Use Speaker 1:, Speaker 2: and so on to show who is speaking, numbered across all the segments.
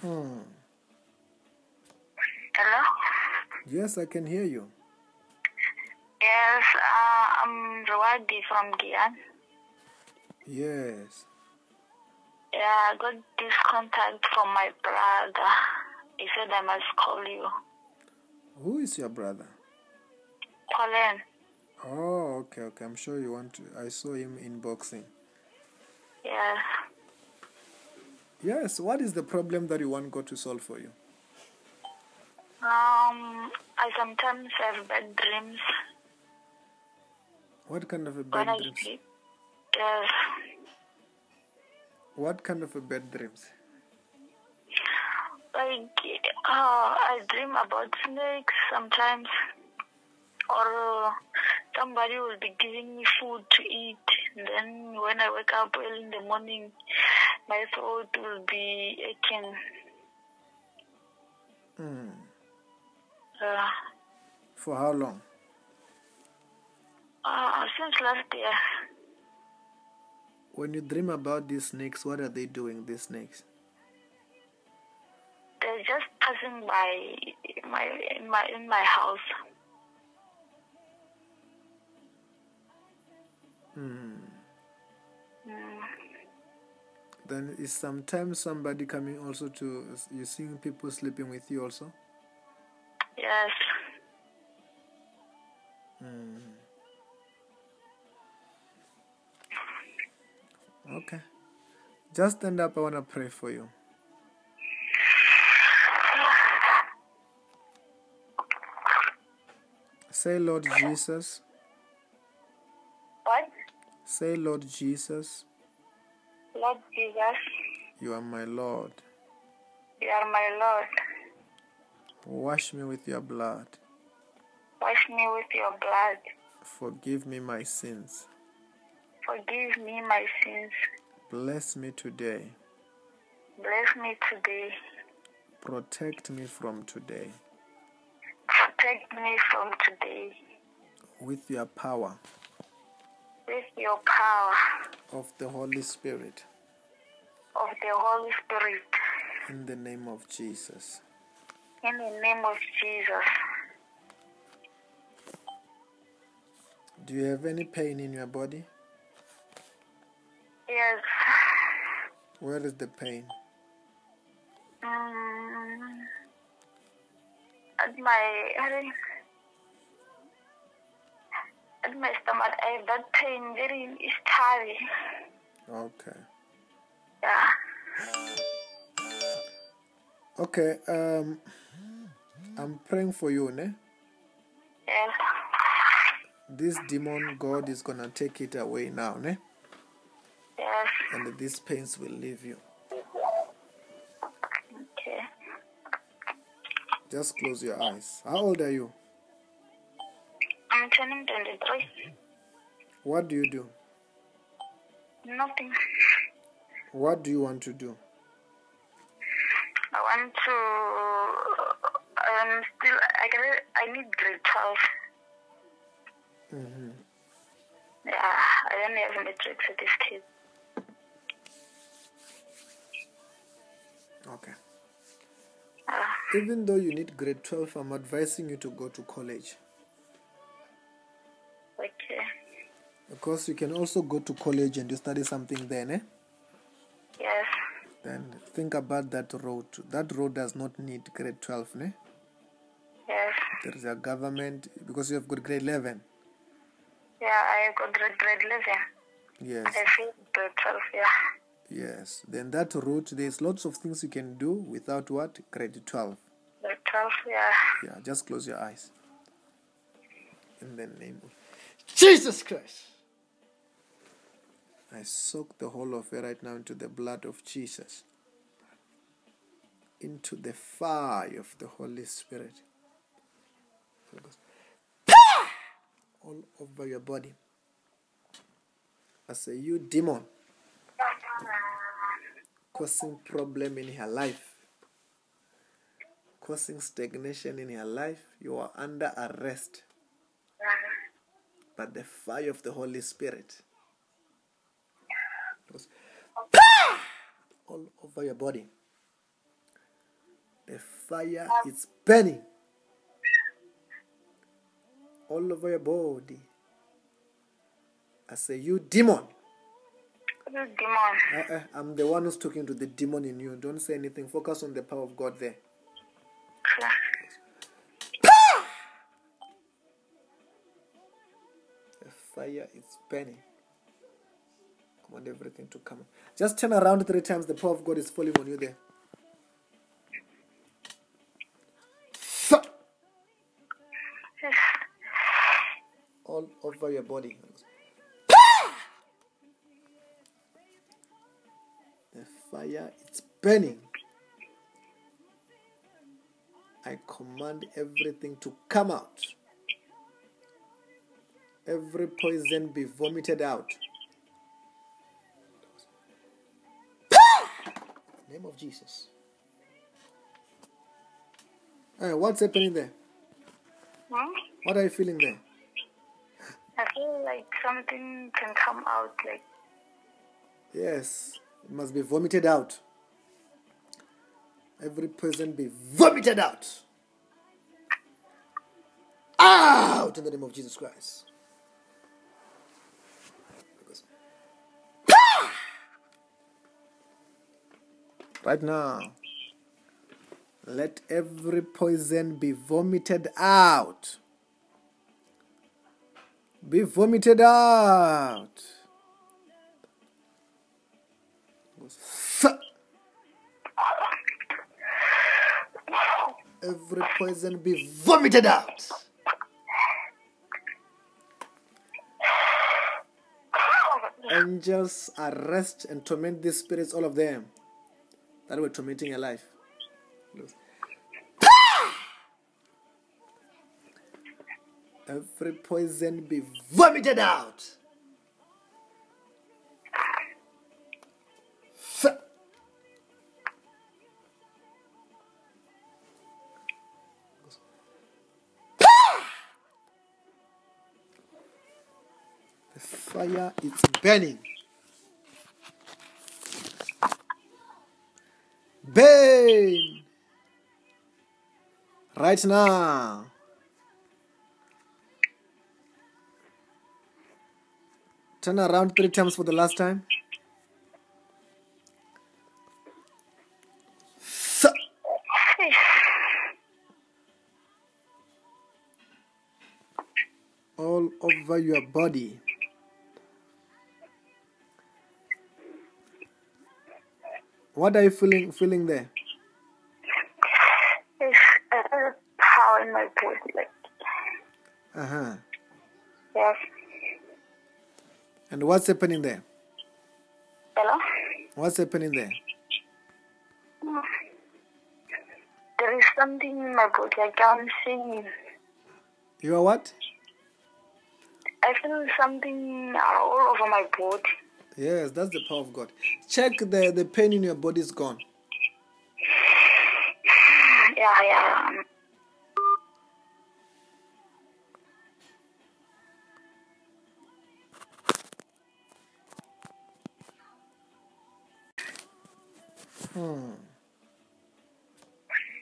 Speaker 1: Hmm.
Speaker 2: Hello?
Speaker 1: Yes, I can hear you.
Speaker 2: Yes, uh, I'm Zawadi from Gyan.
Speaker 1: Yes.
Speaker 2: Yeah, I got this contact from my brother. He said I must call you.
Speaker 1: Who is your brother?
Speaker 2: Colin.
Speaker 1: Oh, okay, okay. I'm sure you want to. I saw him inboxing.
Speaker 2: Yes.
Speaker 1: Yes, what is the problem that you want God to solve for you?
Speaker 2: Um, I sometimes have bad dreams
Speaker 1: What kind of a
Speaker 2: when
Speaker 1: bad
Speaker 2: I
Speaker 1: dreams?
Speaker 2: sleep. Yes.
Speaker 1: What kind of a bad dreams?
Speaker 2: Like, uh, I dream about snakes sometimes. Or uh, somebody will be giving me food to eat. And then when I wake up early in the morning, my throat will be aching.
Speaker 1: Hmm.
Speaker 2: Uh,
Speaker 1: For how long?
Speaker 2: uh, since last year,
Speaker 1: When you dream about these snakes, what are they doing, these snakes?
Speaker 2: they're just passing by my in my in my house.
Speaker 1: Hmm.
Speaker 2: Mm.
Speaker 1: Then is sometimes somebody coming also to you seeing people sleeping with you also?
Speaker 2: Yes.
Speaker 1: Hmm. Okay. Just stand up. I want to pray for you. Say, Lord Jesus.
Speaker 2: What?
Speaker 1: Say, Lord Jesus,
Speaker 2: Lord Jesus,
Speaker 1: you are my Lord.
Speaker 2: you are my Lord.
Speaker 1: Wash me with your blood.
Speaker 2: Wash me with your blood.
Speaker 1: Forgive me my sins.
Speaker 2: Forgive me my sins.
Speaker 1: Bless me today.
Speaker 2: Bless me today.
Speaker 1: Protect me from today.
Speaker 2: Protect me from today
Speaker 1: With your power
Speaker 2: with your power
Speaker 1: of the Holy Spirit.
Speaker 2: of the Holy Spirit.
Speaker 1: In the name of Jesus.
Speaker 2: In the name of Jesus.
Speaker 1: Do you have any pain in your body?
Speaker 2: Yes.
Speaker 1: Where is the pain?
Speaker 2: Mm. At my at my stomach, I have that pain very it's tiring.
Speaker 1: Okay.
Speaker 2: Yeah.
Speaker 1: Okay. Um, I'm praying for you, ne?
Speaker 2: Yes.
Speaker 1: This demon, God is gonna take it away now, ne?
Speaker 2: Yes.
Speaker 1: And these pains will leave you.
Speaker 2: Okay.
Speaker 1: Just close your eyes. How old are you?
Speaker 2: I'm turning 23.
Speaker 1: What do you do?
Speaker 2: Nothing.
Speaker 1: What do you want to do?
Speaker 2: I want to. Um. Still, I can. I need grade 12.
Speaker 1: hmm
Speaker 2: Yeah. I don't have metrics at this kid.
Speaker 1: Okay.
Speaker 2: Uh,
Speaker 1: Even though you need grade 12, I'm advising you to go to college.
Speaker 2: okay.
Speaker 1: Because you can also go to college and you study something then, eh?
Speaker 2: Yes.
Speaker 1: Then think about that road. That road does not need grade 12, ne?
Speaker 2: Yes.
Speaker 1: There is a government, because you have got grade 11.
Speaker 2: Yeah. I got grade grade 11.
Speaker 1: Yes,
Speaker 2: I feel grade 12. Yeah.
Speaker 1: yes. Then that route, there's lots of things you can do without what? Grade 12.
Speaker 2: Grade 12. Yeah.
Speaker 1: Yeah, just close your eyes. In the name of
Speaker 3: Jesus Christ.
Speaker 1: I soak the whole of it right now into the blood of Jesus, into the fire of the Holy Spirit. Holy Ghost. All over your body. I say, You demon, causing problem in her life, causing stagnation in her life, you are under arrest by the fire of the Holy Spirit. It was all over your body. A fire is burning all over your body. I say, You demon.
Speaker 2: This demon.
Speaker 1: Uh-uh, I'm the one who's talking to the demon in you. Don't say anything. Focus on the power of God there.
Speaker 2: Okay.
Speaker 1: The fire is burning. I want everything to come. Just turn around three times. The power of God is falling on you there. Sa-
Speaker 2: Yes.
Speaker 1: All over your body. The fire is burning. I command everything to come out. Every poison be vomited out. Name of Jesus. Hey, what's happening there?
Speaker 2: Hmm?
Speaker 1: What are you feeling there?
Speaker 2: I feel like something can come out, like
Speaker 1: Yes, it must be vomited out. Every poison be vomited out. Out in the name of Jesus Christ. Because- Right now, let every poison be vomited out. Be vomited out. Sa- Every poison be vomited out. Angels arrest and torment these spirits, all of them that were tormenting your life. Every poison be vomited out. Sa- The fire is burning. Burn! Right now. Turn around three times for the last time. Sa- All over your body. What are you feeling feeling there?
Speaker 2: it's uh, power in my body, like
Speaker 1: Uh-huh.
Speaker 2: yes.
Speaker 1: And what's happening there?
Speaker 2: Hello.
Speaker 1: What's happening there?
Speaker 2: Hmm. There is something in my body. I can't see.
Speaker 1: You are what?
Speaker 2: I feel something all over my body.
Speaker 1: Yes, that's the power of God. Check the the pain in your body is gone.
Speaker 2: Yeah, yeah. um,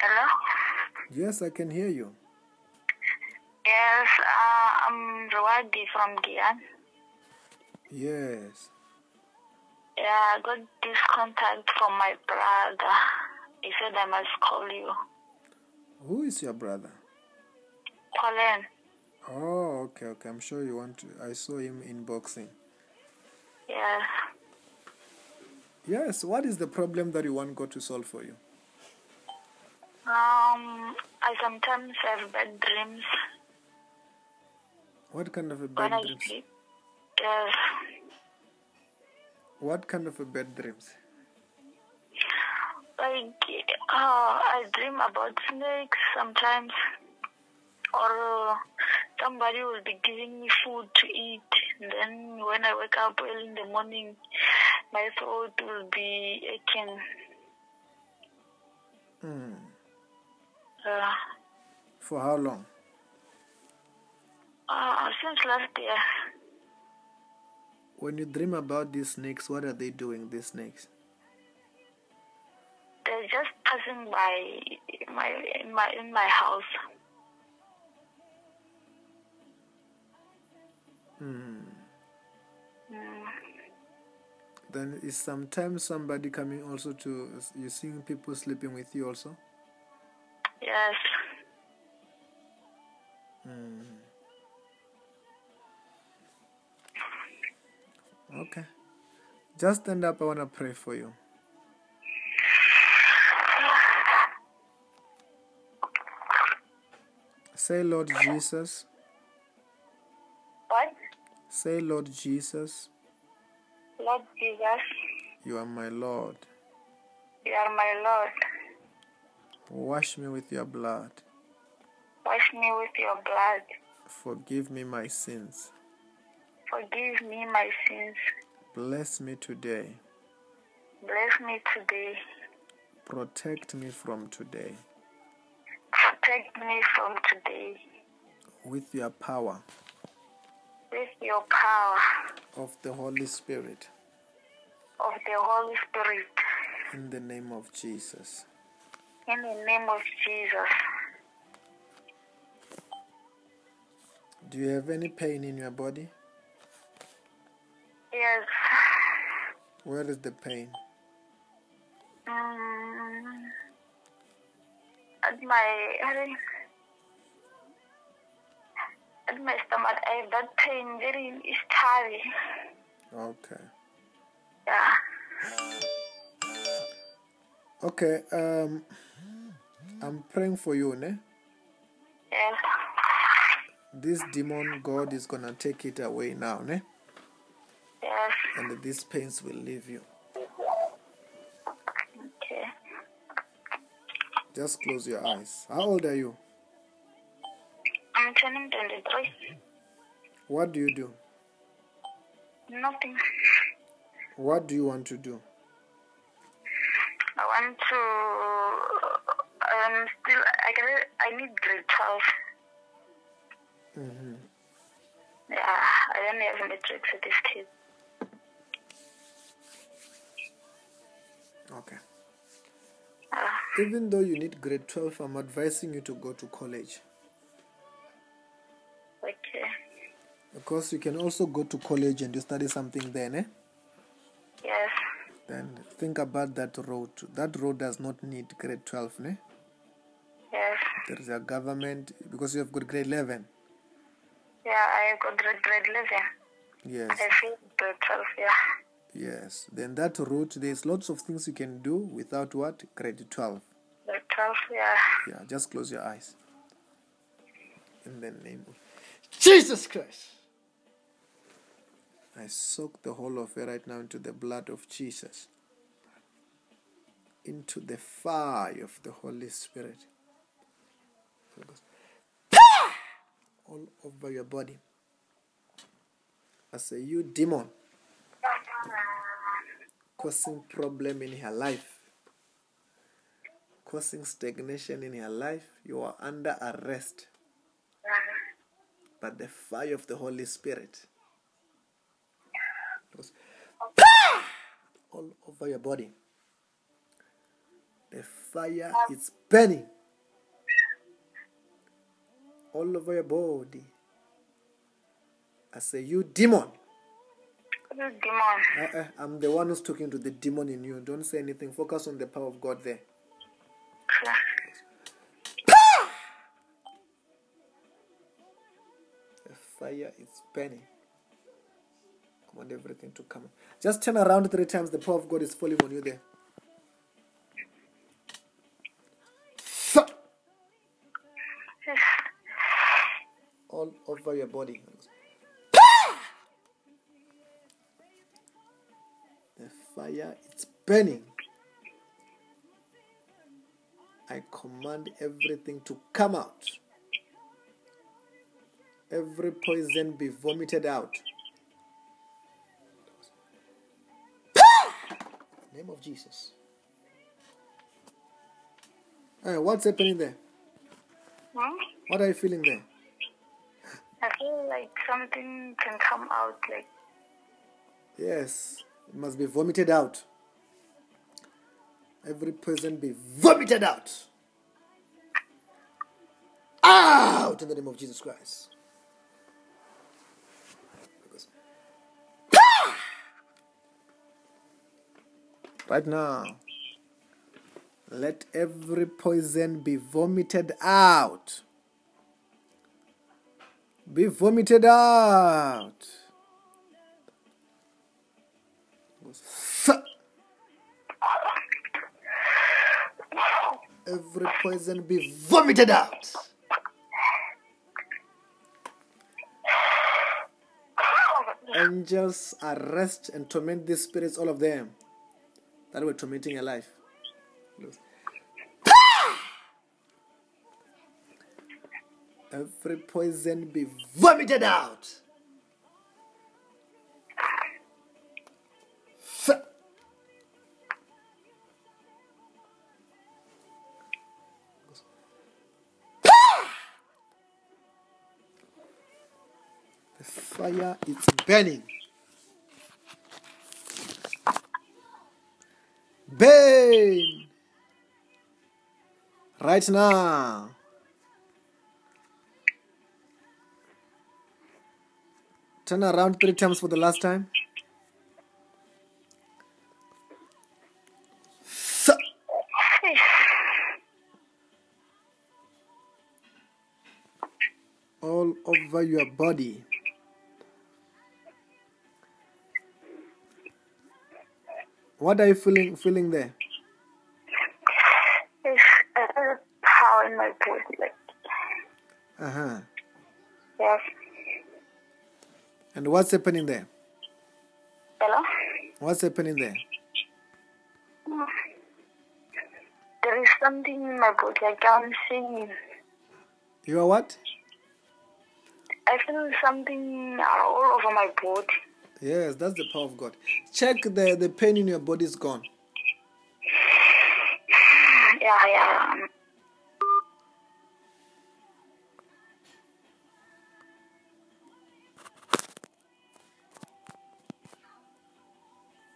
Speaker 2: Hello?
Speaker 1: Yes, I can hear you.
Speaker 2: Yes, uh, I'm Rawadi from Guyana.
Speaker 1: Yes.
Speaker 2: Yeah, I got this contact from my brother. He said I must call you.
Speaker 1: Who is your brother?
Speaker 2: Colin.
Speaker 1: Oh, okay, okay. I'm sure you want to. I saw him in boxing.
Speaker 2: Yeah.
Speaker 1: Yes, what is the problem that you want God to solve for you?
Speaker 2: Um, I sometimes have bad dreams
Speaker 1: What kind of a
Speaker 2: when
Speaker 1: bad
Speaker 2: I
Speaker 1: dreams?
Speaker 2: sleep. Yes.
Speaker 1: What kind of a bad dreams?
Speaker 2: Like, uh, I dream about snakes sometimes. Or uh, somebody will be giving me food to eat. And then when I wake up early in the morning, my throat will be aching.
Speaker 1: Hmm.
Speaker 2: Uh,
Speaker 1: For how long?
Speaker 2: uh, since last year,
Speaker 1: When you dream about these snakes, what are they doing? These snakes?
Speaker 2: they was just passing by my in my in my house. Mm.
Speaker 1: Then is sometimes somebody coming also to you seeing people sleeping with you also?
Speaker 2: Yes.
Speaker 1: Okay. Just stand up. I want to pray for you. Say, Lord Jesus.
Speaker 2: What?
Speaker 1: Say, Lord Jesus,
Speaker 2: Lord Jesus,
Speaker 1: you are my Lord.
Speaker 2: you are my Lord.
Speaker 1: Wash me with your blood.
Speaker 2: Wash me with your blood.
Speaker 1: Forgive me my sins.
Speaker 2: Forgive me my sins.
Speaker 1: Bless me today.
Speaker 2: Bless me today.
Speaker 1: Protect me from today.
Speaker 2: Protect me from today
Speaker 1: With your power
Speaker 2: with your power
Speaker 1: of the Holy Spirit.
Speaker 2: of the Holy Spirit.
Speaker 1: In the name of Jesus.
Speaker 2: In the name of Jesus.
Speaker 1: Do you have any pain in your body?
Speaker 2: Yes.
Speaker 1: Where is the pain?
Speaker 2: Mm. At my at my stomach, I have that pain very it's tiring.
Speaker 1: Okay.
Speaker 2: Yeah.
Speaker 1: Okay. Um, I'm praying for you, ne?
Speaker 2: Yes.
Speaker 1: This demon, God is gonna take it away now, ne?
Speaker 2: Yes.
Speaker 1: And these pains will leave you.
Speaker 2: Okay.
Speaker 1: Just close your eyes. How old are you?
Speaker 2: I'm turning 23.
Speaker 1: What do you do?
Speaker 2: Nothing.
Speaker 1: What do you want to do?
Speaker 2: I want to. Um, still, I can, I need grade 12.
Speaker 1: Mhm.
Speaker 2: Yeah, I don't have matrix at this kid.
Speaker 1: Okay.
Speaker 2: Uh,
Speaker 1: Even though you need grade 12, I'm advising you to go to college.
Speaker 2: okay.
Speaker 1: Because you can also go to college and you study something there, ne?
Speaker 2: Yes.
Speaker 1: Then think about that road. That road does not need grade 12, ne?
Speaker 2: Yes.
Speaker 1: There is a government, because you have got grade 11.
Speaker 2: Yeah, I got grade, grade 11.
Speaker 1: Yes,
Speaker 2: I feel grade 12, yeah.
Speaker 1: yes. Then that route, there's lots of things you can do without what? Grade 12.
Speaker 2: Grade 12, yeah.
Speaker 1: Yeah, just close your eyes. In the name of.
Speaker 3: Jesus Christ.
Speaker 1: I soak the whole of it right now into the blood of Jesus, into the fire of the Holy Spirit. Holy Ghost. All over your body. I say, you demon causing problem in her life, causing stagnation in her life, you are under arrest by the fire of the Holy Spirit. It was all over your body. The fire is burning all over your body. I say, you demon.
Speaker 2: You demon.
Speaker 1: Uh-uh, I'm the one who's talking to the demon in you. Don't say anything. Focus on the power of God there.
Speaker 2: Yeah.
Speaker 1: The fire is burning. I want everything to come. Just turn around three times. The power of God is falling on you there. Fa- All over your body. The fire is burning. I command everything to come out. Every poison be vomited out. In the name of Jesus. Hey, what's happening there?
Speaker 2: Hmm?
Speaker 1: What are you feeling there?
Speaker 2: I feel like something can come out, like,
Speaker 1: Yes, it must be vomited out. Every poison be vomited out. Out in the name of Jesus Christ. Because- Right now, let every poison be vomited out. Be vomited out. Because- every poison be vomited out. Angels arrest and torment these spirits, all of them that were tormenting your life. Every poison be vomited out. The fire is burning. Burn! Right now. Turn around three times for the last time. Sa- All over your body. What are you feeling feeling there?
Speaker 2: It's uh, power in my body. Like,
Speaker 1: Uh huh.
Speaker 2: yes.
Speaker 1: And what's happening there?
Speaker 2: Hello?
Speaker 1: What's happening there?
Speaker 2: Mm. There is something in my body. Like I'm seeing.
Speaker 1: You are what?
Speaker 2: I feel something all over my body.
Speaker 1: Yes, that's the power of God. Check the the pain in your body is gone.
Speaker 2: Yeah, yeah.